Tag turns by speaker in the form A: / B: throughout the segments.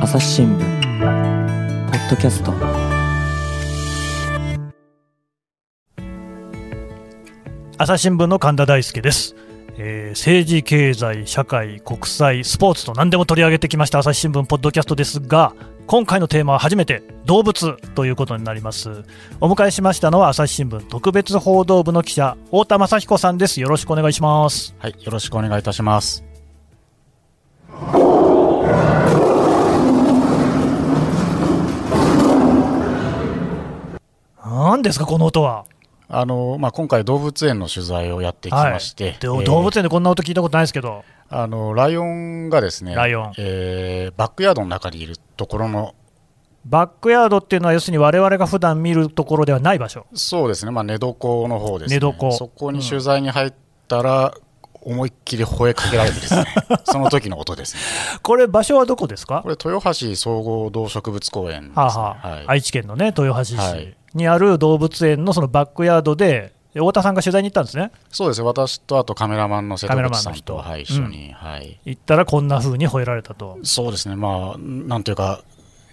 A: 朝日新聞ポッドキャスト
B: 朝日新聞の神田大輔です、えー政治経済社会国際スポーツと何でも取り上げてきました朝日新聞ポッドキャストですが今回のテーマは初めて動物ということになりますお迎えしましたのは朝日新聞特別報道部の記者太田雅彦さんですよろしくお願いします
C: はい、よろしくお願いいたします。
B: 何ですかこの音は、
C: あの、まあ、今回動物園の取材をやってきまして、
B: で
C: えー
B: 動物園でこんな音聞いたことないですけど、
C: あの、ライオンがですね、
B: ライオン
C: えーバックヤードの中にいるところの、
B: バックヤードっていうのは要するに我々が普段見るところではない場所
C: そうですね、まあ、寝床の方ですね。
B: 寝床
C: そこに取材に入ったら、思いっきり吠えかけられてで すね、その時の音ですね。
B: これ場所はどこですか
C: これ、豊橋総合動植物公園ですね、
B: はあはあ
C: はい。
B: 愛知県のね豊橋市
C: はい
B: にある動物園のそのバックヤードでえ太田さんが取材に行ったんですね
C: そうですね、私とあとカメラマンの瀬
B: カ
C: 戸口さんと、
B: メラマンの人
C: はい、一緒に、はい。
B: 行ったらこんな風に吠えられたと
C: そうですね、まあ、なんというか、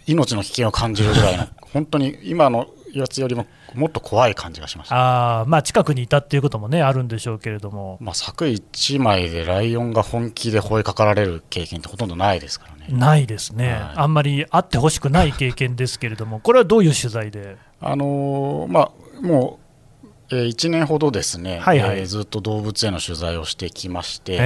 C: 命の危険を感じるぐらいの、 本当に今のやつよりももっと怖い感じがしました。
B: あーまあ近くにいたっていうこともねあるんでしょうけれども
C: まあ、柵一枚でライオンが本気で吠えかかられる経験ってほとんどないですからね。
B: ないですね、
C: はい
B: あんまりあってほしくない経験ですけれどもこれはどういう取材で
C: あのーまあ、もう、え1年ほどですね、
B: はいはい
C: えーずっと動物園の取材をしてきまして、
B: え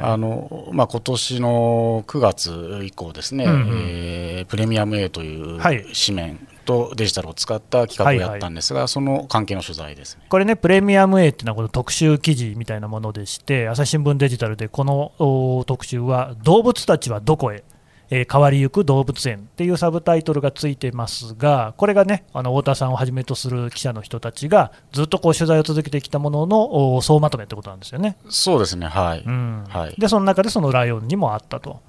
B: え
C: あのまあ今年の9月以降ですね、
B: うんうん
C: えープレミアム A という
B: はい
C: 紙面とデジタルを使った企画をやったんですが、その関係の取材ですね。
B: これね、プレミアム A っていうのはこの特集記事みたいなものでして、朝日新聞デジタルでこのお特集は、動物たちはどこへ、えー変わりゆく動物園っていうサブタイトルがついてますが、これがね、あの太田さんをはじめとする記者の人たちが、ずっとこう取材を続けてきたもののお総まとめってことなんですよね。
C: そうですね、はい。
B: うん
C: はい
B: で、その中でそのライオンにもあったと。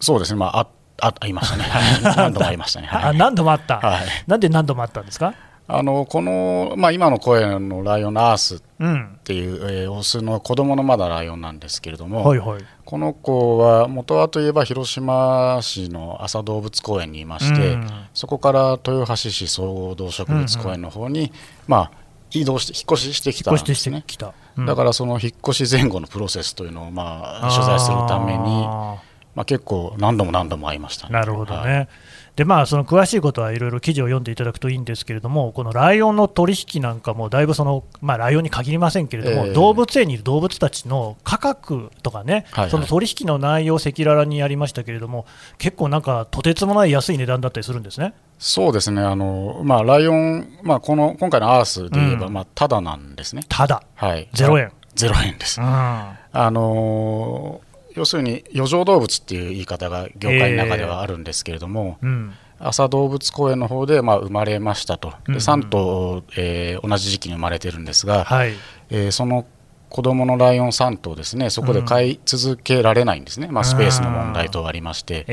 C: そうですね、まあ、あ、あ、ありま したね。はい何度もありましたね。
B: あ
C: はい。
B: 何度もあった、
C: はい
B: なんで何度もあったんですか、
C: あの、この、まあ、今の声のライオンのアースっ
B: うん、
C: ていう、えーオスの子供のまだライオンなんですけれども、
B: はいはい。
C: この子は元はといえば広島市の朝動物公園にいまして、
B: うん
C: そこから豊橋市総合動植物公園の方に、まあ、移動して、引っ越ししてきたん
B: 越し
C: で
B: て
C: すね
B: き。た。うん
C: だからその引っ越し前後のプロセスというのをまあ取材するために
B: あー
C: まあ、結構何度も何度も会いましたね、
B: なるほど
C: はい
B: ね。でまあ、その詳しいことはいろいろ記事を読んでいただくといいんですけれども、このライオンの取引なんかも、だいぶその、まあ、ライオンに限りませんけれども、
C: ええ
B: 動物園にいる動物たちの価格とかね、
C: はいはい
B: その取引の内容、赤裸々にやりましたけれども、結構なんか、とてつもない安い値段だったりするんですね。
C: そうですね、あのまあ、ライオン、まあ、この今回のアースで言えば、
B: う
C: まあ、ただなんですね、
B: ただ、
C: はい、
B: 0円。
C: ゼロ円です、あのー要するに余剰動物っていう言い方が業界の中ではあるんですけれども、
B: うん、うん、
C: 朝動物公園の方でまあ生まれましたと、
B: うんうん
C: で3頭、えー同じ時期に生まれてるんですが、
B: はい、
C: えーその子供のライオン3頭ですね、そこで飼い続けられないんですね、まあ、スペースの問題等ありまして。
B: え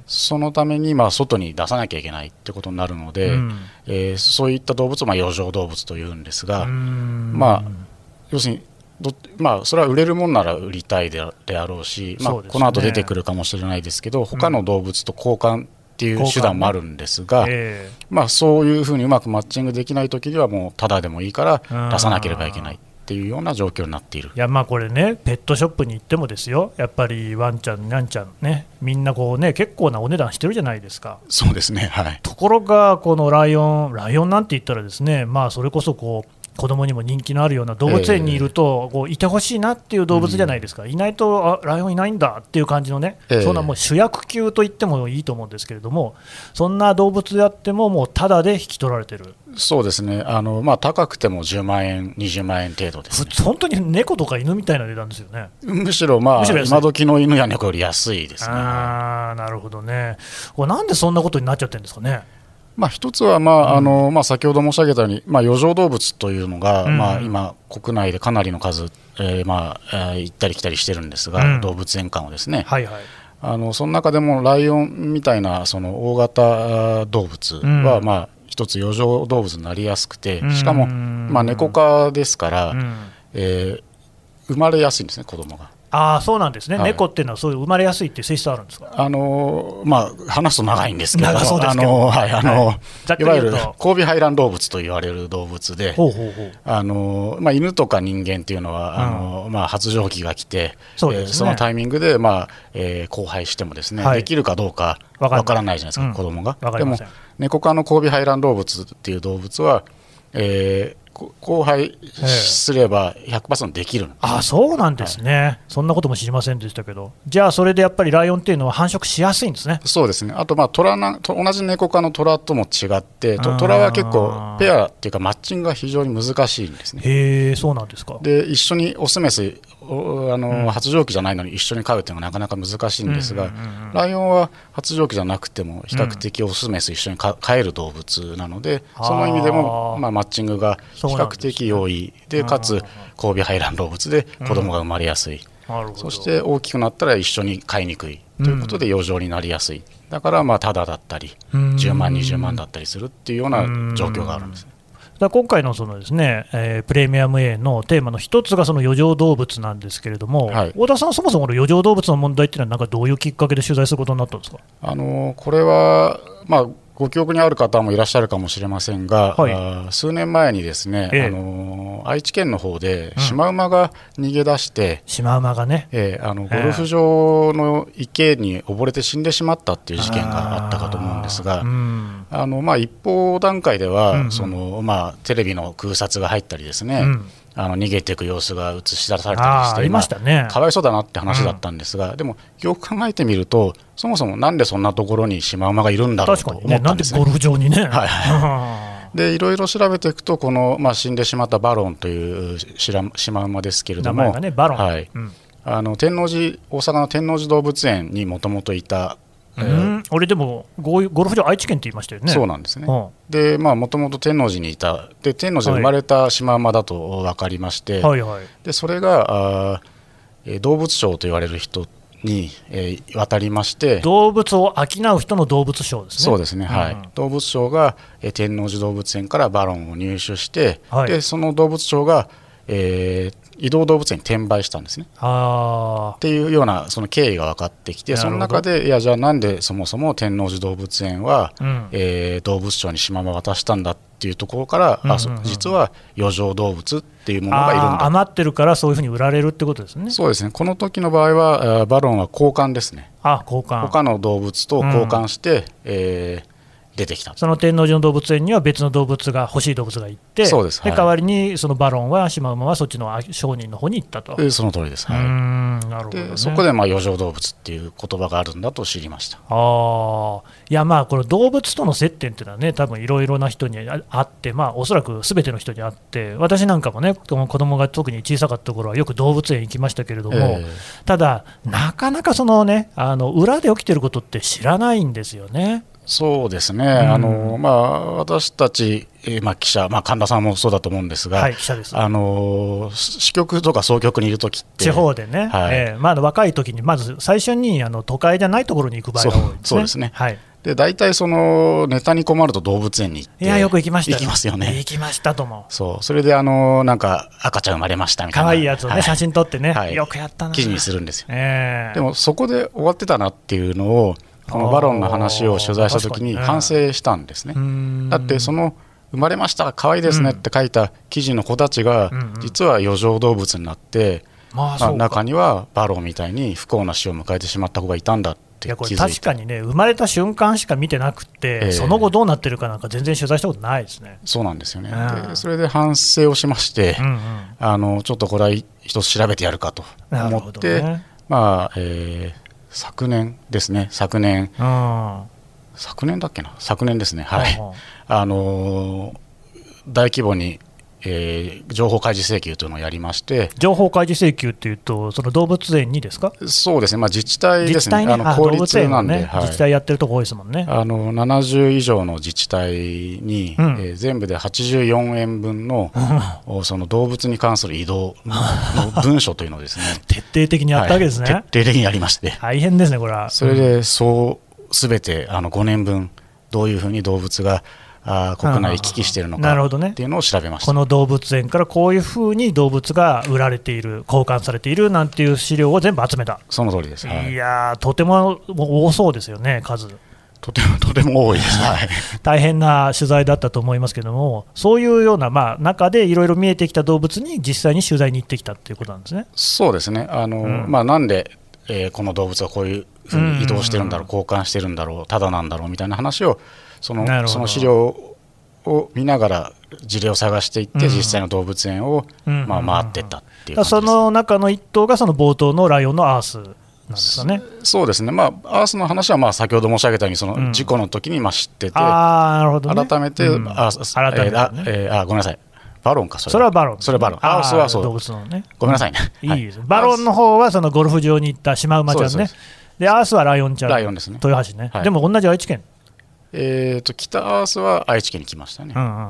B: え
C: そのためにまあ外に出さなきゃいけないってことになるの
B: ええ
C: で、
B: うん
C: えーそういった動物をまあ余剰動物というんですが、
B: うん
C: まあ要するにど、まあ、それは売れるもんなら売りたいであであろうし、まあ
B: そうですね
C: この後出てくるかもしれないですけど、他の動物と交換っていう手段もあるんですが、
B: え
C: まあ、そういうふうにうまくマッチングできないときには、もうただでもいいから出さなければいけないっていうような状況になっている
B: い。やまあこれね、ペットショップに行ってもですよ、やっぱりワンちゃん、なんちゃんね、みんなこうね、結構なお値段してるじゃないですか。
C: そうですね、はい、
B: ところが、このライオン、ライオンなんて言ったらですね、まあそれこそこう、子供にも人気のあるような動物園にいると、こういてほしいなっていう動物じゃないですか、いないとあライオンいないんだっていう感じのね、
C: ええ
B: そんなもう主役級と言ってもいいと思うんですけれども、そんな動物であっても、もうタダで引き取られてる、
C: そうですね、あのまあ、高くても10万円、20万円程度です、
B: ふ
C: ね、
B: 本当に猫とか犬みたいな値段ですよね。
C: むしろ、ま
B: む
C: あ、
B: しろ安い
C: 今時の犬や猫より安いですね。
B: あーなるほどね、これなんでそんなことになっちゃってるんですかね。
C: まあ、一つは、まああのまあ、先ほど申し上げたように、まあ、余剰動物というのが、
B: うん
C: まあ、今、国内でかなりの数、えーまあ、えー行ったり来たりしてるんですが、
B: うん
C: 動物園間をですね、
B: はいはい、
C: あのその中でもライオンみたいなその大型動物は、
B: うん
C: まあ、一つ余剰動物になりやすくて、
B: うん
C: しかも、まあ、猫科ですから、
B: うん
C: えー生まれやすいんですね、子供が。
B: ああ、そうなんですね、
C: はい
B: 猫っていうのはそういう生まれやすいっていう性質あるんですか。
C: あのーまあ、話すと長いんですけど、
B: 長そうです
C: あ
B: けど
C: のーはいあのー
B: はいざっく
C: い
B: り
C: わ
B: 言
C: ゆ
B: うと
C: る交尾排卵動物と言われる動物で、
B: ほうほうほう。
C: あのーまあ、犬とか人間っていうのは、あのーまあ、発情期が来て、
B: そうですね
C: えーそのタイミングで、まあえー交配してもですね、
B: はい
C: できるかどうか
B: わかんない
C: わからないじゃないですか、
B: うん
C: 子供が。
B: わかり
C: で
B: ま
C: も
B: せん、
C: 猫科の交尾排卵動物っていう動物は、えーこ交配すれば100%できるんです
B: ああ、そうなんですね、そんなことも知りませんでしたけど、じゃあ、それでやっぱりライオンっていうのは繁殖しやすいんですね。
C: そうですね、あと、まあ、虎なと同じ猫科の虎とも違って、
B: あー
C: と虎は結構、ペアっていうか、マッチングが非常に難しいんですね。
B: へえ、そうなんですか。
C: で、一緒にオス、メス、おあの
B: うん
C: 発情期じゃないのに一緒に飼うっていうのはなかなか難しいんですが、
B: うんうんうんうん
C: ライオンは発情期じゃなくても、比較的オス、メス一緒に飼飼える動物なので、
B: あー
C: その意味でも、まあ、マッチングが比
B: そうなん
C: 較
B: ですね
C: 的容易で、かつ交尾排卵動物で子供が生まれやすい。
B: なるほど。
C: そして大きくなったら一緒に買いにくいということで余剰になりやすい、だからまあタダだったり、
B: うん
C: 10万、20万だったりするっていうような状況があるんですね。
B: だから今回のそのですね、えープレミアム A のテーマの一つがその余剰動物なんですけれども、
C: はい
B: 太田さん、そもそもこの余剰動物の問題っていうのは、なんかどういうきっかけで取材することになったんですか、
C: あのこれは、まあ、ご記憶にある方もいらっしゃるかもしれませんが、
B: はい
C: あー数年前にですね、
B: ええ
C: あの愛知県の方でシマウマが逃げ出して、
B: シマウマがね、
C: ええあのゴルフ場の池に溺れて死んでしまったっていう事件があったかと思うんですが、
B: あーうん
C: あのまあ、一方段階では、
B: うんうん
C: そのまあ、テレビの空撮が入ったりですね、
B: うん
C: あの逃げていく様子が映し出されたり
B: あ
C: し
B: ーあ
C: て、
B: りましたね
C: まあ。かわいそうだなって話だったんですが、でも、よく考えてみると、そもそもなんでそんなところにシマウマがいるんだろう
B: 確
C: と
B: かに
C: 思
B: ね、
C: った
B: なん
C: ん
B: で
C: ですね。
B: ゴルフ場にね。
C: はい
B: は
C: でいろいろ調べていくと、この、まあ、死んでしまったバロンというしらシマウマですけれ
B: 名
C: ど
B: 前
C: も、
B: がね、バロン。
C: はい、
B: うん
C: あの天王寺大阪の天王寺動物園にもともといた、え
B: う
C: ー
B: ん俺でもゴーゴルフ場愛知県って言いましたよね。
C: そうんなんですね。
B: は
C: でまあもともと天王寺にいたで天王寺で生まれたシマウマだと分かりまして、
B: はいはい。
C: でそれがあーえー動物商と言われる人に、えー渡りまして
B: 動物を商う人の動物賞ですね。
C: そうですね、は
B: うん
C: い、動物商が、えー天王寺動物園からバロンを入手して、
B: はい
C: でその動物商が、えー移動動物園に転売したんですね。
B: あ
C: っていうようなその経緯が分かってきて
B: なる
C: そ
B: ほど
C: の中でいやじゃあなんでそもそも天王寺動物園は、
B: あ。うん。
C: えー動物賞にシマウマ渡したんだっていうところから、
B: うんうんうん
C: あそ実は余剰動物っていうものがいるん
B: あー
C: だ
B: 余ってるからそういうふうに売られるってことですね。
C: そうですねこの時の場合はあーバロンは交換ですね
B: あ交換。
C: 他の動物と交換して、えー出てきた
B: その天王寺の動物園には別の動物が欲しい動物が行って、
C: そうですはい
B: 代わりにそのバロンはシマウマはそっちの商人の方に行ったと。
C: えーその通りです、
B: う
C: はい
B: ーんなるほど、ね
C: で。そこでまあ余剰動物っていう言葉があるんだと知りました
B: ああ、いや、まあ、この動物との接点っていうのはね、多分いろいろな人にああって、まあ、おそらくすべての人にあって、私なんかもね、子供が特に小さかった頃は、よく動物園行きましたけれども、
C: えー
B: ただ、なかなかそのね、あの裏で起きてることって知らないんですよね。
C: そうですね、
B: ん
C: あのまあ、私たち、えーまあ、記者、まあ、神田さんもそうだと思うんですが、
B: はい、記者です。
C: あの支局とか総局にいるときって、
B: 地方でね、
C: はい
B: ええまあ、若い時に、まず最初にあの都会じゃないところに行く場合が多いですね。
C: そうそうですね
B: はい、
C: で大体そのネタに困ると動物園に行って
B: いや、よく行きました
C: 行きますよね
B: 行きましたとも。
C: そうそれであのなんか赤ちゃん生まれましたみたいな
B: 可愛いやつをね、
C: は
B: 写真撮ってね、
C: はい
B: よくやったな。
C: 記事にするんですよ
B: ええ
C: でもそこで終わってたなっていうのをこのバロンの話を取材したときに
B: あー
C: 反省したんですね、だってそ
B: の
C: の生まれました可愛いですねって書いた記事の子たちが
B: うんうん
C: 実は余剰動物になって、
B: まあ
C: まあ
B: そうか
C: 中にはバロンみたいに不幸な死を迎えてしまった子がいたんだっ
B: い
C: て
B: やこ
C: 気
B: れ
C: づい
B: 確
C: て
B: かにね、生まれた瞬間しか見てなくて、
C: ええ
B: その後どうなってるかなんか全然取材したことないですね。
C: そうなんですよね
B: うん
C: でそれで反省をしまして、
B: うんうん、
C: あのちょっとこれは一つ調べてやるかと
B: なる
C: 思
B: ほ
C: っ
B: ど
C: て、
B: ね。
C: まあ、えー昨年ですね、昨年、
B: うん、は
C: 昨年だっけな、昨年ですね、はい、あのー大規模に、えー情報開示請求というのをやりまして、
B: 情報開示請求っていうと、その動物園にですか、
C: そうですね、まあ、自治体で
B: 自
C: す
B: 治体
C: ね、
B: ね、
C: あの
B: あ
C: 公
B: 動物
C: 立
B: 園
C: な
B: の
C: んで、
B: ね、
C: はい
B: 自治体やってるとこ多いですもんね。
C: あの70以上の自治体に、
B: うん
C: えー全部で84円分のおその動物に関する移動 の文書というのをですね
B: 徹底的にやったわけですね。
C: はい徹底的にやりまして。
B: 大変ですね、これは。
C: それで、そうすべてあの5年分、どういうふうに動物がああー国内行き来しているの
B: なる
C: か
B: ほどね
C: っていうのを調べました
B: こ。の動物園からこういうふうに動物が売られている、交換されているなんていう資料を全部集めた、、
C: その通りです。はいい、
B: やー、とても多そうですよね、数、
C: とてもとても多いです。はい
B: 大変な取材だったと思いますけども、そういうような、まあ、中でいろいろ見えてきた動物に実際に取材に行ってきたっていうことなんですね。
C: そうですね、あの
B: うん
C: まあ、なんで、えーこの動物はこういうふうに移動してるんだろ
B: う
C: う、交換してるんだろう、ただなんだろうみたいな話を、そ
B: なるほ
C: の
B: ど
C: その資料を見ながら、事例を探していって、
B: うん
C: 実際の動物園を、
B: うん
C: まあ、回っていったっていう
B: だからそ
C: 感じです
B: の中の一頭がその冒頭のライオンのアースなんですよね。
C: そうですね、まあ、アースの話はまあ先ほど申し上げたように、そ
B: うん
C: の事故の時にまあ知ってて、
B: あーなるほど、ね、
C: 改めて、
B: うん
C: あ
B: 改めて
C: えーあ
B: ね
C: えーあごめんなさい、バロンか、それ
B: それはバロン、
C: それはバロン、
B: あ
C: ア
B: ー
C: ースはそ
B: 動
C: う、
B: 物のね、
C: ごめんなさいね、
B: い
C: はい
B: いですね、バロンの方はそのゴルフ場に行ったシマウマちゃん
C: そうで
B: ね
C: すそ、
B: でアースはライオンちゃん、
C: ライオンですね
B: 豊橋ね、
C: はい
B: でも同じ愛知県、
C: えーと北アースは愛知県に来ましたね。
B: うんうんうんうん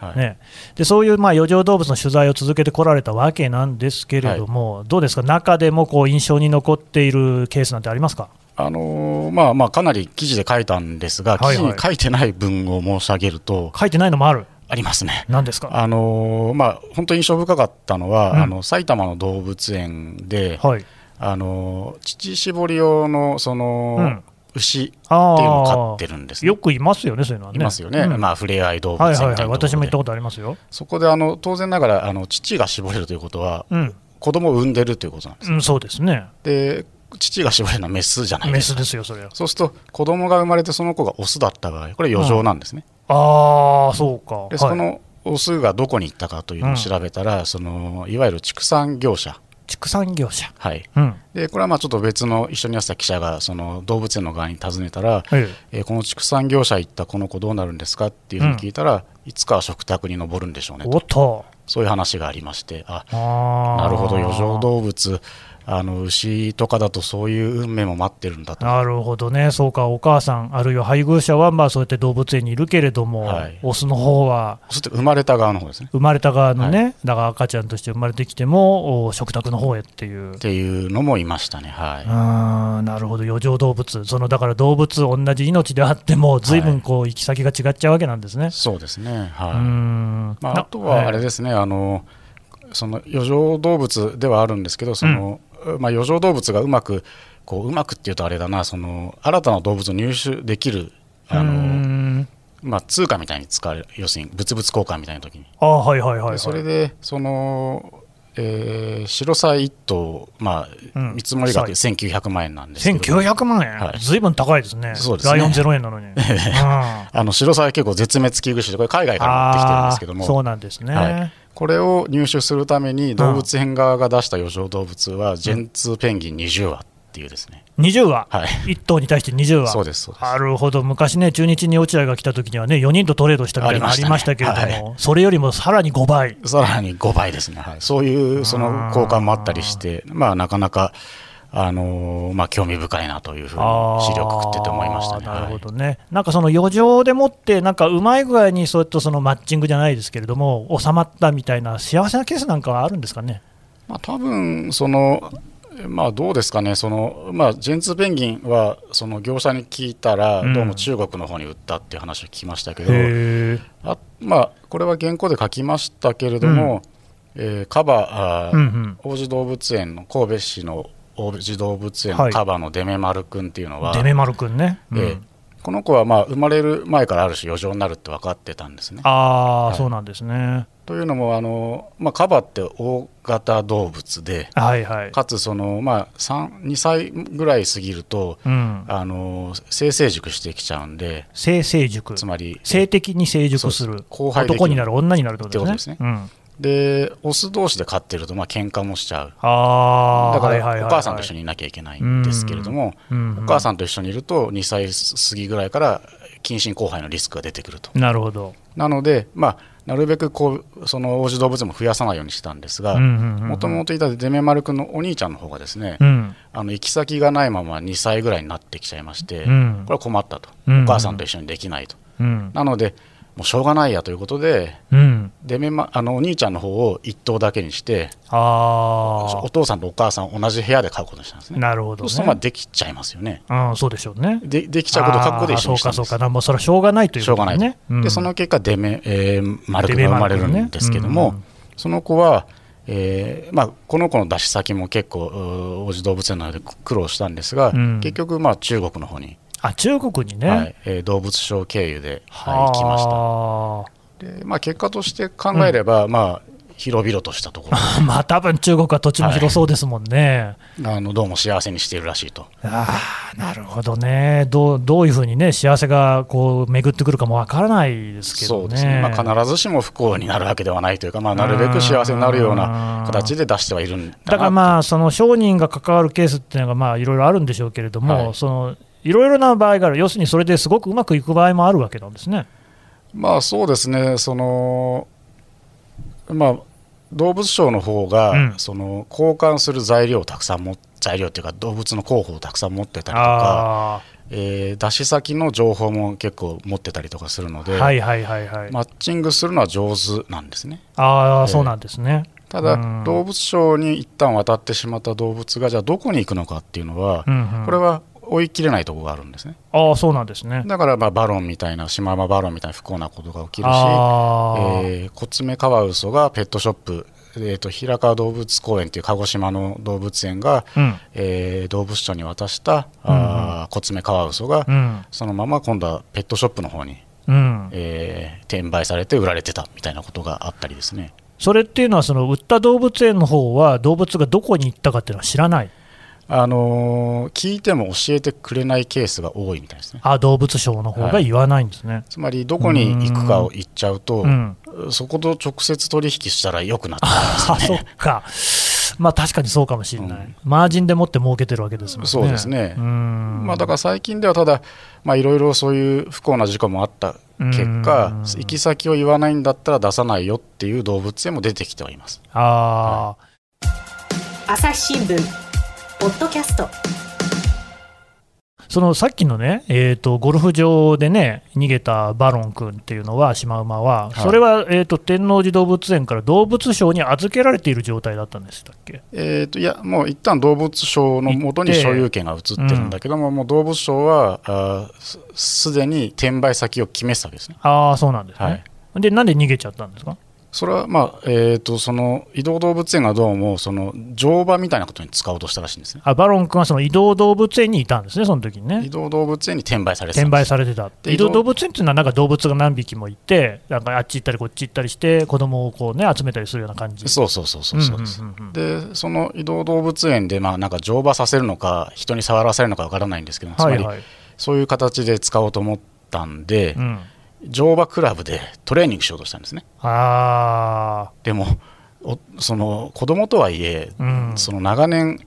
C: はい
B: ね、でそういうまあ余剰動物の取材を続けてこられたわけなんですけれども、どうですか、中でもこう印象に残っているケースなんてありますか、
C: あのーまあまあかなり記事で書いたんですが、記
B: はいはい
C: 事に書いてない文を申し上げると、
B: 書いてないのもある、
C: ありますね。
B: なんですか、
C: あのーまあ、本当に印象深かったのは、
B: うん
C: あの埼玉の動物園で、
B: はい、
C: あのー乳搾り用のその、
B: うん
C: 牛って
B: あ
C: いう
B: ー
C: のを飼ってるんですね、
B: よくいますよね、そういうのはね。
C: いますよね、
B: うん
C: まあ、触れ合い動物
B: は
C: 園み
B: い
C: たい
B: はいは
C: な
B: い、
C: ところで
B: 私も行ったことありますよ。
C: そこであの当然ながらあの乳が絞れるということは、
B: うん、
C: 子供を産んでるということなんです。
B: うん、そうですね。
C: で乳が絞れるのはメスじゃない
B: メ
C: です
B: ス
C: か。
B: ですよ、それは。
C: そうすると子供が生まれてその子がオスだった場合これ余剰なんですね。
B: ああ、そうか。
C: で
B: はい
C: そのオスがどこに行ったかというのを調べたら、そのいわゆる畜産業者、
B: 畜産業者。
C: はい、
B: うん。
C: でこれはまあちょっと別の一緒にやってた記者がその動物園の側に尋ねたら、
B: え
C: えーこの畜産業者行ったこの子どうなるんですかっていうふうに聞いたら、いつかは食卓に上るんでしょうね
B: え、お
C: と
B: っと。
C: そういう話がありましてあ
B: な
C: なるほど余剰動物あの牛とかだとそういう運命も待ってるんだと。
B: なるほどね、そうか、お母さん、あるいは配偶者は、まあ、そうやって動物園にいるけれども、
C: はい
B: オスの方は
C: そして生まれた側の方ですね。
B: 生まれた側のね、だから赤ちゃんとして生まれてきても、お食卓の方へっていう
C: っ。ていうのもいましたね。はい、
B: あーなるほど、余剰動物、そのだから動物、同じ命であっても、ずいぶんこう行き先が違っちゃうわけなんですね。
C: そうですね。は
B: う
C: い
B: ーん
C: まあ、
B: な
C: あとはあ
B: え
C: れですね、あのその余剰動物ではあるんですけど、そのまあ、余剰動物がうまくこううまくっていうとあれだな、その新たな動物を入手できる
B: え
C: あ
B: うー
C: の、
B: ん
C: まあ、通貨みたいに使われる、要するに物々交換みたいな時に、
B: あーはいはいはい、は
C: で
B: い、
C: それでその、えー、白菜一頭、まあ
B: うん
C: 見積もり額1900万円なんですけど、
B: 1900万円、
C: はい
B: ずいぶん高いですね、
C: そうです
B: ラ
C: ね
B: イオン0円なのに。うんあ
C: あの白菜結構絶滅危惧種で、これ海外から持ってきてるんですけど
B: ーそ
C: も。
B: うなんですね、
C: はいこれを入手するために動物園側が出した余剰動物はジェンツーペンギン20羽っていうですね、
B: 20羽、
C: はい、
B: 1頭に対して20羽、
C: そうです、そうです。
B: なるほど、昔ね、中日に落合が来た時にはね、4人とトレードしたみたいなのあ
C: あ
B: り
C: り
B: ま
C: ま
B: し
C: したた
B: け
C: ね
B: れども、それよりもさらに5倍、
C: さらに5倍ですね、はい、そういうその交換もあったりして、まあ、なかなか、あのーまあ、興味深いなというふうに
B: あー
C: 資料くくってて思いましたね。
B: なる
C: は
B: ほ
C: い
B: どね、なんかその余剰でもって、なんかうまい具合に、そうやってそのマッチングじゃないですけれども、収まったみたいな、幸せなケースなんかはあるんですかね。
C: まあ、多分そのまあどうですかね、そのまあ、ジェンツーペンギンはその業者に聞いたら、
B: うん
C: どうも中国の方に売ったっていう話を聞きましたけど、
B: へ
C: あまあ、これは原稿で書きましたけれども、えーカバ、あー
B: うんうん
C: 王子動物園の神戸市の王子動物園
B: はい
C: のカバのデメ丸君っていうのは、
B: デメマル君ね、うん
C: えーこの子はまあ生まれる前からある種余剰になるって分かってたんですね。
B: ああ、
C: はい
B: そうなんですね。
C: というのもあの、まあ、カバって大型動物で
B: はいはい。
C: かつその、まあ、3 2歳ぐらい過ぎると
B: うん。
C: あの性成熟してきちゃうんで
B: 性成熟。
C: つまり
B: 性的に成熟す
C: そうで
B: る
C: す。後輩的に
B: 男になる、女になるってことですね。
C: ってこ
B: うん。
C: でオス同士で飼ってるとまあ喧嘩もしちゃう
B: ああ、
C: だか
B: はいはいはいは
C: らお
B: い
C: 母さんと一緒にいなきゃいけないんですけれども、
B: うん
C: お母さんと一緒にいると2歳過ぎぐらいから近親交配のリスクが出てくると。
B: なるほど。
C: なので、まあ、なるべくこうその王子動物も増やさないようにしてたんですが、も
B: も
C: ともといたデメマル君のお兄ちゃんの方がですね、
B: うん。
C: あの行き先がないまま2歳ぐらいになってきちゃいまして、
B: うん
C: これは困ったと、
B: うん
C: お母さんと一緒にできないと。
B: うん。
C: なので、もうしょうがないやということで、
B: うん。
C: でめまあのお兄ちゃんの方を一頭だけにして
B: あ
C: お父さんとお母さんを同じ部屋で飼うことにしたんです
B: あ、
C: ね。
B: なるほど
C: そう
B: ね
C: するとまあできちゃいますよね。
B: うん、そうでしょうね。
C: でできちゃうことを覚悟で一緒にした
B: あ
C: ん
B: ー
C: です
B: そうか、そうか、なんもそれはしょうがないという
C: しょ
B: こ
C: う
B: と
C: がないと、
B: ね。うん
C: でその結果デメ、えー、丸くが生まれるんですけど
B: デ
C: も、
B: メ丸くね
C: その子は、えーまあ、この子の出し先も結構うー王子動物園なので苦労したんですが、
B: うん
C: 結局、まあ、中国の方に、
B: あ中国にね、
C: はいえー動物省経由で、はい
B: はあ
C: 行きましたで、まあ、結果として考えれば、まあ、広々としたとこ
B: まあ多分中国は土地も広そうですもんね。
C: ろあのどうも幸せにしているらしいと
B: ああ、なるほどね。どうどういうふうにね幸せがこう巡ってくるかもわからないですけどね。
C: そうですね、まあ、必ずしも不幸になるわけではないというか、まあ、なるべく幸せになるような形で出してはいるんだな
B: だからまあその商人が関わるケースっていうのがまあいろいろあるんでしょうけれども、
C: はい
B: そのいろいろな場合がある。要するにそれですごくうまくいく場合もあるわけなんですね。
C: まあそうですね、そのまあ、動物省の方が、
B: うん
C: その交換する材料をたくさんも材料っていうか動物の候補をたくさん持ってたりと
B: あ
C: か、えー出し先の情報も結構持ってたりとかするの
B: あ、
C: で、
B: はいはいはいはい。
C: マッチングするのは上手なんですね。
B: ああ、
C: えー
B: そうなんですね。
C: ただ、
B: うん
C: 動物省に一旦渡ってしまった動物がじゃあどこに行くのかっていうのは、
B: うんうん
C: これは追い切れないところがあるんですね。
B: ああ、そうなんですね。
C: だからまあバロンみたいなシマウマバロンみたいな不幸なことが起きるし、
B: ああ
C: えーコツメカワウソがペットショップ、えー、と平川動物公園という鹿児島の動物園が、
B: うん
C: えー動物所に渡した、あーコツメカワウソが、
B: うん
C: そのまま今度はペットショップの方に、
B: うん、
C: えー転売されて売られてたみたいなことがあったりですね。
B: それっていうのは、その売った動物園の方は、動物がどこに行ったかっていうのは知らない、
C: あのー聞いても教えてくれないケースが多いみたいですね。
B: あ動物省の方が言わないんですね。
C: つまりどこに行くかを言っちゃうと、
B: うん、
C: そこと直接取引したら良くなっちゃうんですよ
B: あ
C: ね
B: そっか、まあ確かにそうかもしれない、
C: うん
B: マージンでもって儲けてるわけですもんね。
C: そうですね
B: うん
C: まあ、だから最近ではただ、まあ、いろいろそういう不幸な事故もあった結果
B: うん、
C: 行き先を言わないんだったら出さないよっていう動物園も出てきてはいます。
B: あー
D: 朝日新聞ポッドキャスト
B: そのさっきのね、えーと、ゴルフ場でね、逃げたバロン君っていうのは、シマウマは、
C: い
B: それは、えー、と天王寺動物園から動物省に預けられている状態だったんでしたっけ
C: えー、といや、もう一旦動物省のもとに
B: 行って
C: 所有権が移ってるんだけども、もう動物省はあーすすでに転売先を決めてたわけですね。
B: ああ、そうなんですね。
C: はい
B: で、なんで逃げちゃったんですか
C: それは、まあえー、とその移動動物園がどうもその乗馬みたいなことに使おうとしたらしいんですね。
B: あバロン君はその移動動物園にいたんですね、その時に
C: 移
B: ね。
C: 動動物園に転売されてた
B: 転
C: んで
B: 売
C: す
B: されてた
C: で
B: 移動
C: 移動
B: 動物園っていうのは、なんか動物が何匹もいて、なんかあっち行ったりこっち行ったりして、子供をこうね集めたりするような感じ
C: そうそうそうそうそうです。
B: んんんうん
C: でその移動動物園で、まあ、なんか乗馬させるのか人に触らせるのかわからないんですけどつま
B: はい
C: り
B: はい
C: そういう形で使おうと思ったんで、
B: うん、
C: 乗馬クラブでトレーニングしようとしたんですね
B: あ
C: でもおその子供とはいえ、
B: うん
C: その長年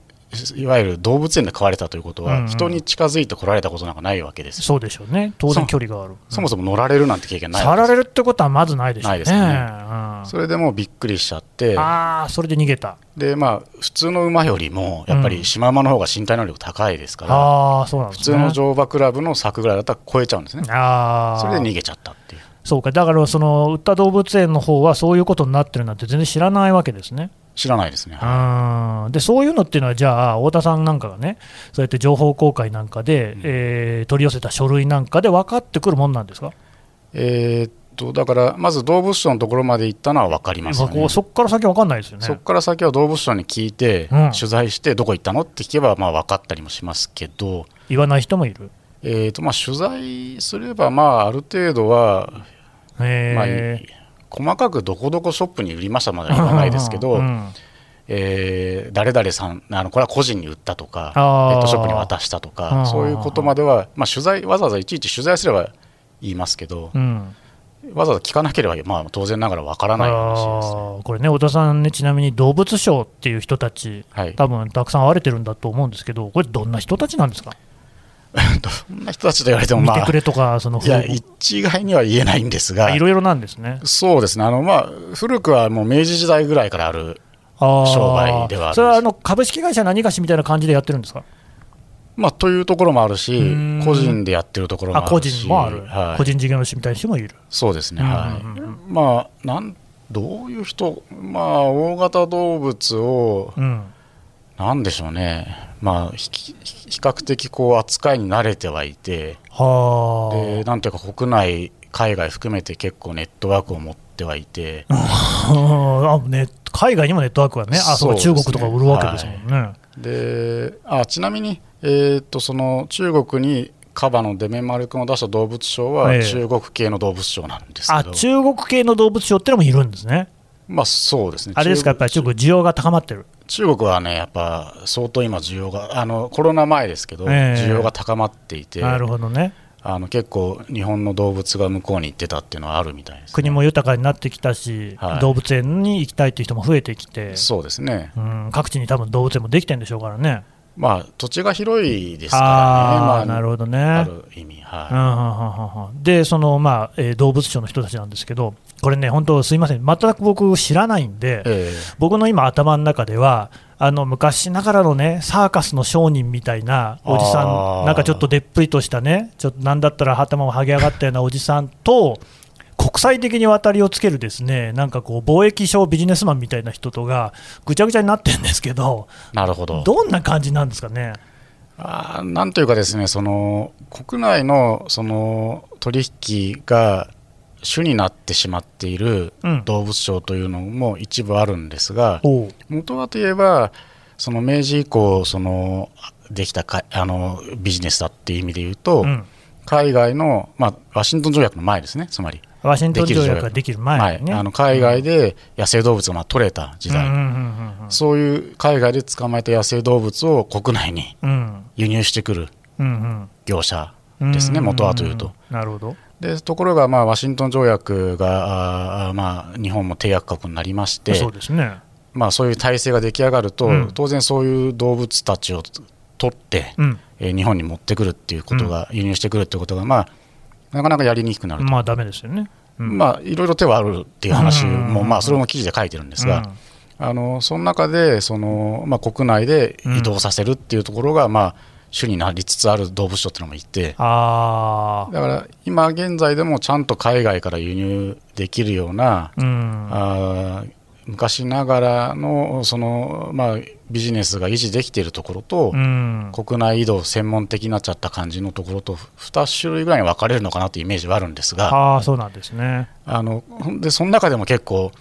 C: いわゆる動物園で飼われたということは、
B: うんうん
C: 人に近づいて来られたことなんかないわけです
B: ー
C: よ
B: そうでしょうね、当然距離がある。
C: そもそも乗られるなんて経験ない
B: 触
C: わけ
B: ら
C: です
B: れるってことはまずないでしょうね。
C: ないですね
B: うん
C: それでもうびっくりしちゃって
B: ああ、それで逃げた。
C: でまあ普通の馬よりもやっぱりシマウマの方が身体能力高いですから、
B: ああ、そうなんで
C: 普
B: す
C: 通
B: ね。
C: の乗馬クラブの柵ぐらいだったら超えちゃうんですね。
B: ああ、
C: それで逃げちゃったっていう。
B: そうか、だからその売った動物園の方はそういうことになってるなんて全然知らないわけですね。
C: 知らないですね。
B: うんでそういうのっていうのは、じゃあ、太田さんなんかがね、そうやって情報公開なんかで、
C: ん
B: えー取り寄せた書類なんかで分かってくるもんなんですか、
C: えーっと、だから、まず動物所のところまで行ったのは分かりますよ
B: こ
C: ね。
B: うそこから先分かんないですよね。
C: そこから先は動物所に聞いて、
B: うん
C: 取材して、どこ行ったのって聞けば、まあ分かったりもしますけど、
B: 言わない人もいる。
C: えーっと、まあ取材すれば、まあある程度は、まあ
B: えー
C: 細かくどこどこショップに売りましたまでは言わないですけど
B: う、ん
C: えー誰々さん、あのこれは個人に売ったとか、ペ
B: あー
C: ットショップに渡したと
B: あー
C: か、そういうことまでは、まあ、取材わざわざいちいち取材すれば言いますけど、
B: うん
C: わざわざ聞かなければ、まあ、当然ながらわからない話ですね。
B: あーこれね、太田さんね、ちなみに動物省っていう人たち、
C: はい、
B: 多分たくさん会われてるんだと思うんですけど、これ、どんな人たちなんですか、
C: どんな人たちと言われても、
B: 見
C: ま
B: て
C: あ
B: く、れとか、その
C: いや一概には言えないんですが
B: い、ろいろなんですね。
C: そうですね、あのまあ、古くはもう明治時代ぐらいからある、
B: あー
C: 商売ではあるんです
B: それはあの株式会社何かしみたいな感じでやってるんですか
C: まあ、というところもあるし
B: ーん、
C: 個人でやってるところも
B: あ
C: あ
B: 個
C: るし、
B: 人もある、
C: はい
B: 個人事業主みたいな人もいる、
C: そうですね、
B: うん
C: はいまあ、なんどういう人、まあ、大型動物を、
B: うん
C: なんでしょうね、まあ、ひき比較的こう扱いに慣れてはいて、
B: はあ
C: でなんていうか、国内、海外含めて結構ネットワークを持ってはいて、
B: うん あね、海外にもネットワークはね、あそうか
C: そう
B: 中
C: ですね
B: 国とか売るわけですもんね。
C: であちなみに、えー、とその中国にカバのデメマル君を出した動物賞は、
B: ええ
C: 中国系の動物賞なんです
B: あ
C: けど、
B: 中国系の動物賞ってのもいるんですね。
C: まあそうですね、
B: あれですか、やっぱり中国、需要が高まってる。
C: 中国はね、やっぱ相当今、需要があの、コロナ前ですけど、
B: ええ
C: 需要が高まっていて、
B: なるほどね。
C: あの結構、日本の動物が向こうに行ってたっていうのはあるみたいです、ね、
B: 国も豊かになってきたし、
C: はい
B: 動物園に行きたいっていう人も増えてきて、
C: そうですね、
B: うん、各地に多分動物園もできてるんでしょうからね。
C: まあ、土地が広いですからね、ま
B: あ
C: あ、
B: あ、なるほどね。
C: ある意味、はい
B: うんうんうんうんうんで、その、まあえー動物賞の人たちなんですけど、これね、本当、すいません、全く僕、知らないんで、
C: え
B: 僕の今、頭の中では、あの昔ながらのね、サーカスの商人みたいなおじさ
C: あ
B: ん、
C: ー
B: なんかちょっとでっぷりとしたね、ちょっとなんだったら頭をはげ上がったようなおじさんと、国際的に渡りをつけるですね、なんかこう、貿易商ビジネスマンみたいな人とが、ぐちゃぐちゃになってるんですけど、
C: えなるほど。
B: どんな感じなんですかね。
C: あーなんというかですね、その国内のその取引が主になってしまっている
B: うん
C: 動物商というのも一部あるんですが、
B: おう
C: 元はといえば、その明治以降、そのできたかあのビジネスだっていう意味で言うと、
B: うん
C: 海外の、まあ、ワシントン条約の前ですね、つまり、
B: ワシントン条約ができる前にね。
C: はいあの海外で野生動物がまあ取れた時代、
B: うんうんうんうん
C: そういう海外で捕まえた野生動物を国内に
B: うん
C: 輸入してくる
B: うん
C: 業者
B: うん
C: ですね、元はというと。。
B: なるほど。
C: でところが、まあ、ワシントン条約があー、まあ、日本も締約国になりまして、
B: そうですね。
C: まあ、そういう体制が出来上がると、
B: うん
C: 当然そういう動物たちを取って、
B: うん。
C: えー日本に持ってくるっていうことが、輸入してくるっていうことが、まあ、なかなかやりにくくなると、
B: まあ、ダメですよね。うん
C: まあ、いろいろ手はあるっていう話も、
B: うん
C: まあ、それも記事で書いてるんですが、あのその中でその、まあ、国内で移動させるっていうところが、まあ、主になりつつある動物所っていうのもいて。
B: あ
C: だから今現在でもちゃんと海外から輸入できるような、
B: あ、うん、
C: あー昔ながらのその、まあ、ビジネスが維持できているところと、
B: うん、
C: 国内移動専門的になっちゃった感じのところと2種類ぐらいに分かれるのかなというイメージはあるんですが
B: ああ、そうなんですね。
C: あのほんでその中でも結構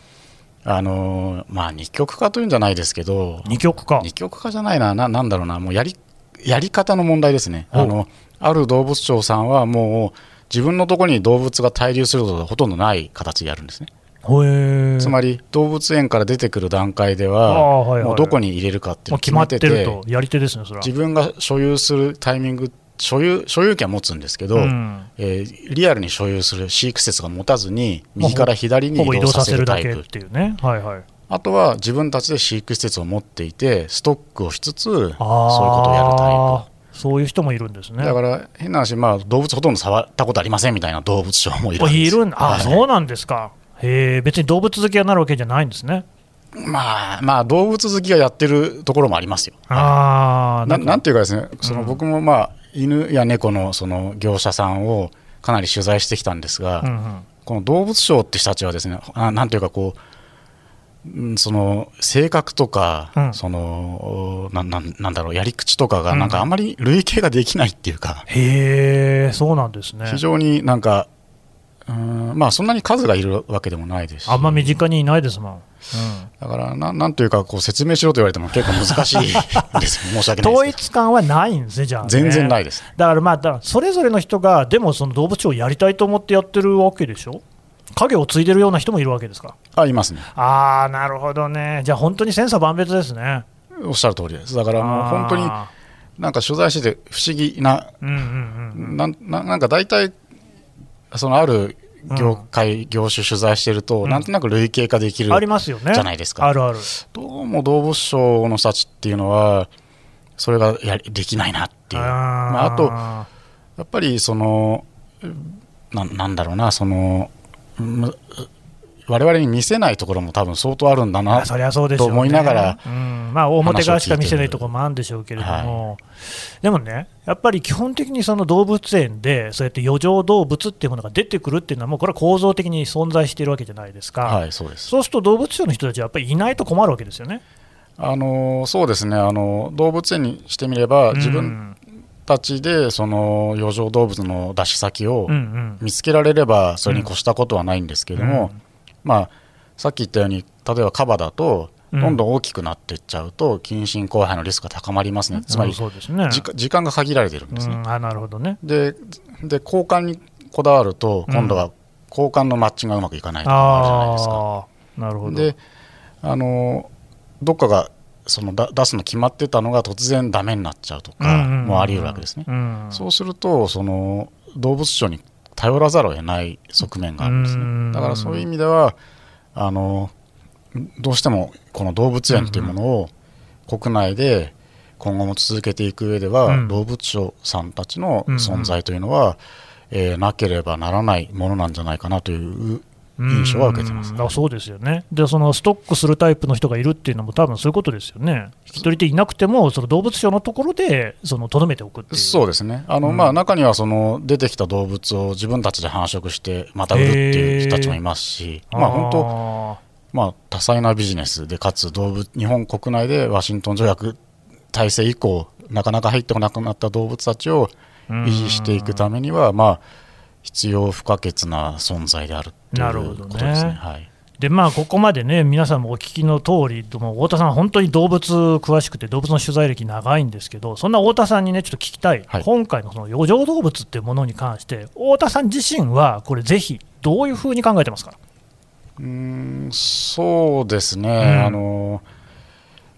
C: あの、まあ、二極化というんじゃないですけど
B: 二極化。
C: 二極化じゃないなななんだろうなもうやりやり方の問題ですね
B: お
C: あのある動物庁さんはもう自分のところに動物が滞留することがほとんどない形でやるんですね、
B: ほえ。
C: つまり動物園から出てくる段階で
B: ああ
C: は
B: はいはい
C: もうどこに入れるかって
B: もう
C: いうのを
B: 決
C: 決
B: まっ
C: め
B: て
C: て
B: る
C: て
B: と、やり手ですね、それは。
C: 自分が所有するタイミング所有所有権は持つんですけど、
B: うん
C: えーリアルに所有する飼育施設が持たずに右から左に
B: ほぼ
C: 移
B: 移
C: 動
B: 動
C: さ
B: さ
C: せ
B: せ
C: る
B: る
C: タ
B: だ
C: イ
B: けっ
C: プ
B: ていうね。はいはい。
C: あとは自分たちで飼育施設を持っていてストックをしつつそういうこ
B: あ
C: と
B: あ、
C: をやるタイプ
B: プ。そういう人もいるんですね。
C: だから変な話、まあ、動物ほとんど触ったことありませんみたいな動物賞もいるん
B: あ
C: です
B: いるんだ。ああ、
C: はい
B: そうなんですか。へえ、別に動物好きがなるわけじゃないんですね。
C: まあ、まあ、動物好きがやってるところもありますよ。
B: ああ、
C: な
B: か
C: なんていうかですね、その僕も、まあ、犬や猫のその業者さんをかなり取材してきたんですが、
B: うんうん
C: この動物賞って人たちはですね、あなんていうかこう、うんその性格とか、
B: うん
C: そのななんなんだろう、やり口とかが、なんかあんまり類型ができないっていうか。
B: へえ、そうなんですね。
C: 非常になんか、うーんまあ、そんなに数がいるわけでもないですし、
B: あんま身近にいないですもん。うん
C: だからな、なんというかこう、説明しろと言われても結構難しいです、申し訳ない
B: 統
C: ですけ
B: 一感はないんですね、じゃあ、
C: ど、
B: ね。
C: 全然ない
B: で
C: です。
B: だからまあ、だからそれぞれの人が、でもその動物をやりたいと思ってやってるわけでしょ影を継いでるような人もいるわけですか。
C: あ、いますね、
B: ああ、なるほどね。じゃあ本当に千差万別ですね。
C: おっしゃる通りです。だからもう本当に
B: あ
C: なんか取材してて不思議な、
B: ーうんうんうん。
C: なんななんか大体、そのある業界、業種取材してると、
B: うん
C: なんとなく類型化できる
B: ありますよね。
C: じゃないですか
B: あるある。
C: どうも動物賞の人たちっていうのは、それがやりできないなっていう。まああと
B: あ
C: やっぱりそのななんだろうなそのむ我々に見せないところも多分相当あるんだな
B: あそりゃそうでしょう、ね、
C: と思いながら
B: うんまあ、表側しか見せないところもあるんでしょうけれども、でもね、やっぱり基本的にその動物園で、そうやって余剰動物っていうものが出てくるっていうのは、もうこれは構造的に存在しているわけじゃないですか、
C: はいそうです
B: そうすると動物園の人たちはやっぱりいないと困るわけですよね。
C: あのそうですねあの動物園にしてみれば自分たちでその余剰動物の出し先を
B: うんうん
C: 見つけられればそれに越したことはないんですけれども、まあ、さっき言ったように例えばカバだと
B: うん
C: どんどん大きくなっていっちゃうと近親交配のリスクが高まりますね、つまり
B: うんそうですね
C: 時間時間が限られてるんですね。
B: うんあなるほどね。
C: でで交換にこだわると
B: うん
C: 今度は交換のマッチングがうまくいかないとかあるじゃないですか。
B: ああ、なるほど。
C: であのどっかがそのだ出すの決まってたのが突然ダメになっちゃうとか
B: うんうんうん
C: もあり得るわけですね。
B: うん
C: そうするとその動物庁に頼らざるを得ない側面があるんです
B: うんうんうん
C: ね。だからそういう意味ではあのどうしてもこの動物園というものを国内で今後も続けていく上では、
B: うん
C: 動物庁さんたちの存在というのは、えーなければならないものなんじゃないかなという印象は受けてます、
B: うんあそうですよね。で、そのストックするタイプの人がいるっていうのも、多分そういうことですよね。引き取り手いなくても、その動物商のところで、そのとどめておくっていう。
C: そうですね、あの
B: うん
C: まあ、中にはその出てきた動物を自分たちで繁殖して、また売るっていう人たちもいますし、まあ、本当、
B: 当。
C: まあ、多彩なビジネスで、かつ動物、日本国内でワシントン条約体制以降、なかなか入ってこなくなった動物たちを
B: うん
C: 維持していくためには、まあ、必要不可欠な存在であるって
B: ないるほ
C: う
B: どね
C: ことですね。はい
B: でまあ、ここまでね、皆さんもお聞きの通り、もう太田さん、本当に動物詳しくて、動物の取材歴長いんですけど、そんな太田さんにね、ちょっと聞きたい、
C: はい
B: 今回のその余剰動物っていうものに関して、太田さん自身は、これ、ぜひ、どういうふうに考えてますか
C: うーんそうですね、
B: ん
C: あの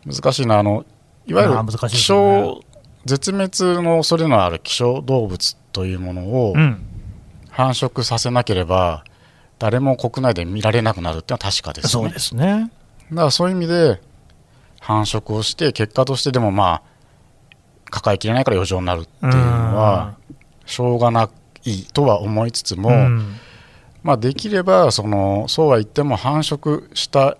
C: 難しいなあの、いわゆ
B: まあ難しいですね
C: る希少、絶滅の恐れのある希少動物というものを
B: うん、
C: 繁殖させなければ、誰も国内で見られなくなるっていうのは確かです
B: そ
C: よ
B: う
C: ね。
B: ですね。
C: だからそういう意味で、繁殖をして、結果としてでもまあ、抱えきれないから余剰になるっていうのは、しょうがないとは思いつつも、
B: うん
C: まあ、できればそのそうは言っても繁殖した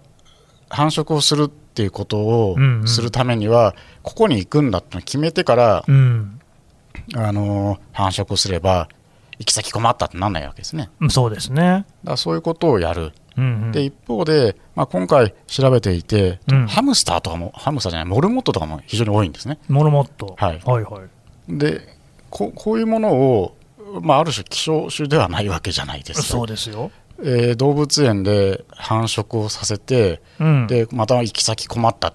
C: 繁殖をするっていうことを
B: うんうん
C: するためには、ここに行くんだってのを決めてから、
B: うん
C: あのー繁殖をすれば行き先困ったってならないわけですねだか
B: うん、そうですね。
C: らそういうことをやる、
B: うんうん
C: で一方で、まあ、今回調べていて、
B: うん
C: ハムスターとかもハムスターじゃないモルモットとかも非常に多いんですね
B: モルモット、
C: はい
B: はいはい
C: でここういうものを、まあ、ある種希少種ではないわけじゃないですか
B: そうですよ。
C: えー動物園で繁殖をさせて
B: うん、
C: でまた行き先困った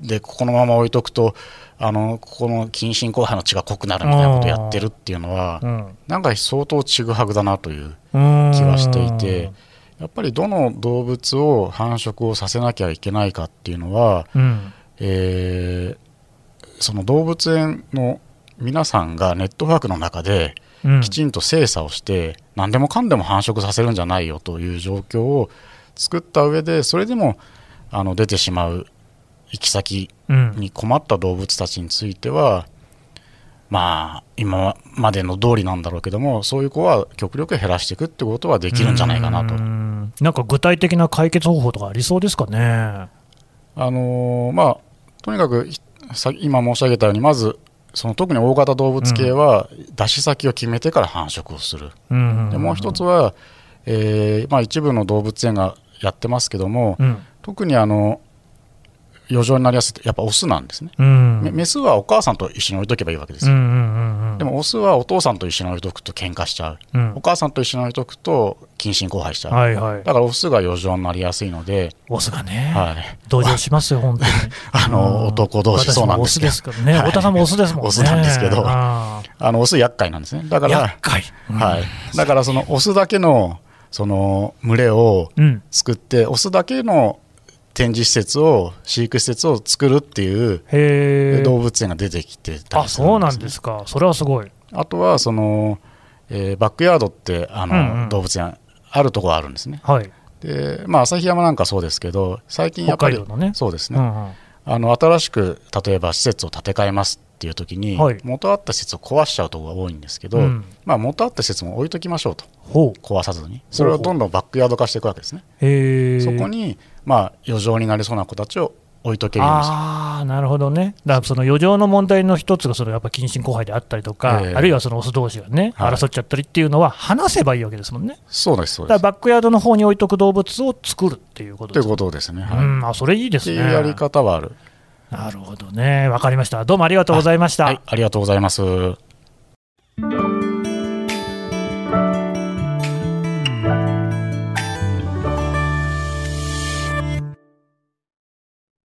C: でここのまま置いとくとあのここの近親交配の血が濃くなるみたいなことをやってるっていうのは
B: うん、
C: なんか相当ちぐはぐだなという
B: 気
C: 気はしていてやっぱりどの動物を繁殖をさせなきゃいけないかっていうのは、
B: うん、
C: えーその動物園の皆さんがネットワークの中で
B: うん、
C: きちんと精査をして何でもかんでも繁殖させるんじゃないよという状況を作った上でそれでもあの出てしまう行き先
B: うん
C: に困った動物たちについてはまあ今までの通りなんだろうけどもそういう子は極力減らしていくってことはできるんじゃないかなと
B: う。んなんか具体的な解決方法とかありそうですかね。
C: あのーまあ、とにかくひさ今申し上げたようにまずその特に大型動物系は出し先を決めてから繁殖をする。
B: うん
C: でもう一つは、えーまあ、一部の動物園がやってますけども、
B: うん
C: 特にあの余剰になりやすいってやっぱオスなんですね、
B: うん
C: メメスはお母さんと一緒に置いとけばいいわけです
B: うんう
C: よ、
B: んうん
C: でもオスはお父さんと一緒に置いとくと喧嘩しちゃう、
B: う
C: お
B: ん、
C: 母さんと一緒に置いとくと近親交配しちゃう、
B: はいはい
C: だからオスが余剰になりやすいので、
B: オスがね、
C: はい、
B: 同情し ますよ本当に
C: あの男同士
B: 私
C: そうなん
B: も
C: で
B: オス
C: すけ
B: で
C: ど
B: すからね、
C: はい
B: 太田さんもオスですもんね
C: オスなんですけど
B: あ
C: あのオス厄介なんですねだか
B: ー
C: ら
B: 厄、介うん
C: はい、だからそのオスだけのその群れを
B: うん
C: 作ってオスだけの展示施設を飼育施設を作るっていう
B: へえ
C: 動物園が出てきてた
B: あ
C: りす
B: そ
C: る
B: うん
C: で
B: な
C: す
B: ん
C: ね
B: ですかそれはすごい
C: あとはその、えーバックヤードってあの、
B: うんうん
C: 動物園あるところあるんですね
B: はい
C: でまあ旭山なんかそうですけど最近やっぱり
B: 北海道のね
C: そうです
B: う
C: ね、
B: んうん
C: あの新しく例えば施設を建て替えますっていう時に、
B: はい
C: 元あった施設を壊しちゃうところが多いんですけど、
B: うん
C: まあ、元あった施設も置いときましょうと
B: ほう
C: 壊さずにそれをどんどんバックヤード化していくわけですね、
B: へえ
C: そこに、まあ、余剰になりそうな子たちを置いとけるようにする
B: ああなるほどね、だからその余剰の問題の一つが、そのやっぱ近親交配であったりとか、
C: ええ
B: あるいはそのオス同士がね、
C: はい
B: 争っちゃったりっていうのは、話せばいいわけですもんね、
C: そうですそう
B: だか
C: で
B: らバ
C: す
B: ックヤードの方に置いとく動物を作るっていうこと
C: と
B: で
C: い
B: す
C: うことですね、はい
B: うん、あそれいいで
C: っ
B: す
C: て
B: ね。
C: いうやり方はある
B: なるほどね、わかりました、どうもありがとうございました。
C: はい、ありがとうございます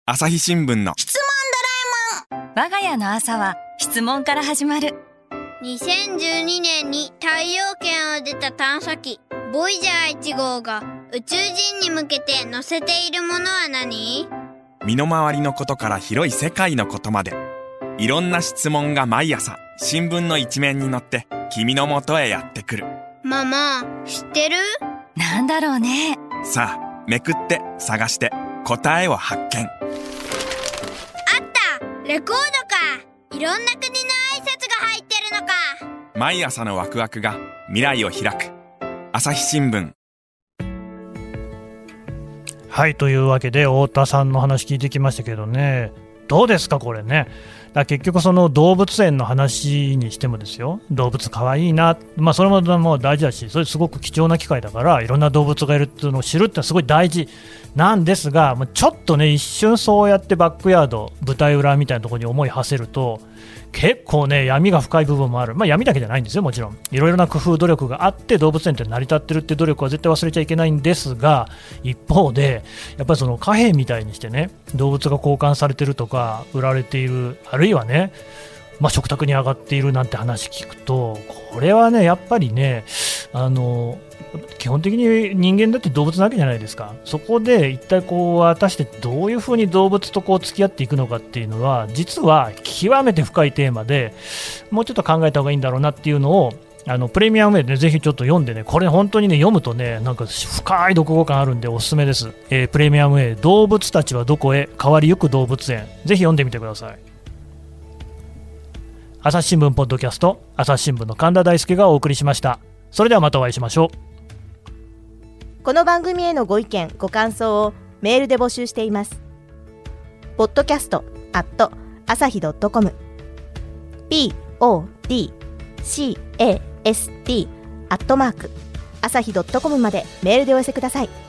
E: 朝日新聞の
F: 我が家の朝は質問から始まる
G: 2012年に太陽圏を出た探査機ボイジャー1号が宇宙人に向けて乗せているものは何
E: 身の回りのことから広い世界のことまでいろんな質問が毎朝新聞の一面に載って君のもとへやってくる
G: ママ知ってる
F: なんだろうね
E: さあめくって探して答えを発見
G: あったレコードかいろんな国の挨拶が入ってるのか
E: 毎朝のワクワクが未来を開く朝日新聞
B: はいというわけで太田さんの話聞いてきましたけどねどうですかこれねだから結局その動物園の話にしてもですよ動物かわいいな、まあ、それももう大事だしそれすごく貴重な機会だからいろんな動物がいるっていうのを知るってのはすごい大事なんですがもうちょっとね一瞬そうやってバックヤード舞台裏みたいなところに思い馳せると結構ね闇が深い部分もある、まあ、闇だけじゃないんですよもちろんいろいろな工夫努力があって動物園って成り立ってるって努力は絶対忘れちゃいけないんですが一方でやっぱりその貨幣みたいにしてね動物が交換されてるとか売られているあるいはねまあ、食卓に上がっているなんて話聞くとこれはねやっぱりねあの基本的に人間だって動物なわけじゃないですかそこで一体こう果たしてどういうふうに動物とこう付き合っていくのかっていうのは実は極めて深いテーマでもうちょっと考えた方がいいんだろうなっていうのをあのプレミアムで、ね、ぜひちょっと読んでね、これ本当にね、読むとね、なんか深い読後感あるんでおすすめです。えープレミアム A、動物たちはどこへ、変わりゆく動物園。ぜひ読んでみてください。朝日新聞ポッドキャスト朝日新聞の神田大輔がお送りしましたそれではまたお会いしましょう
H: この番組へのご意見、ご感想をメールで募集しています。podcast at 朝日 .com p o d c a s t アットマーク朝日 .com までメールでお寄せください。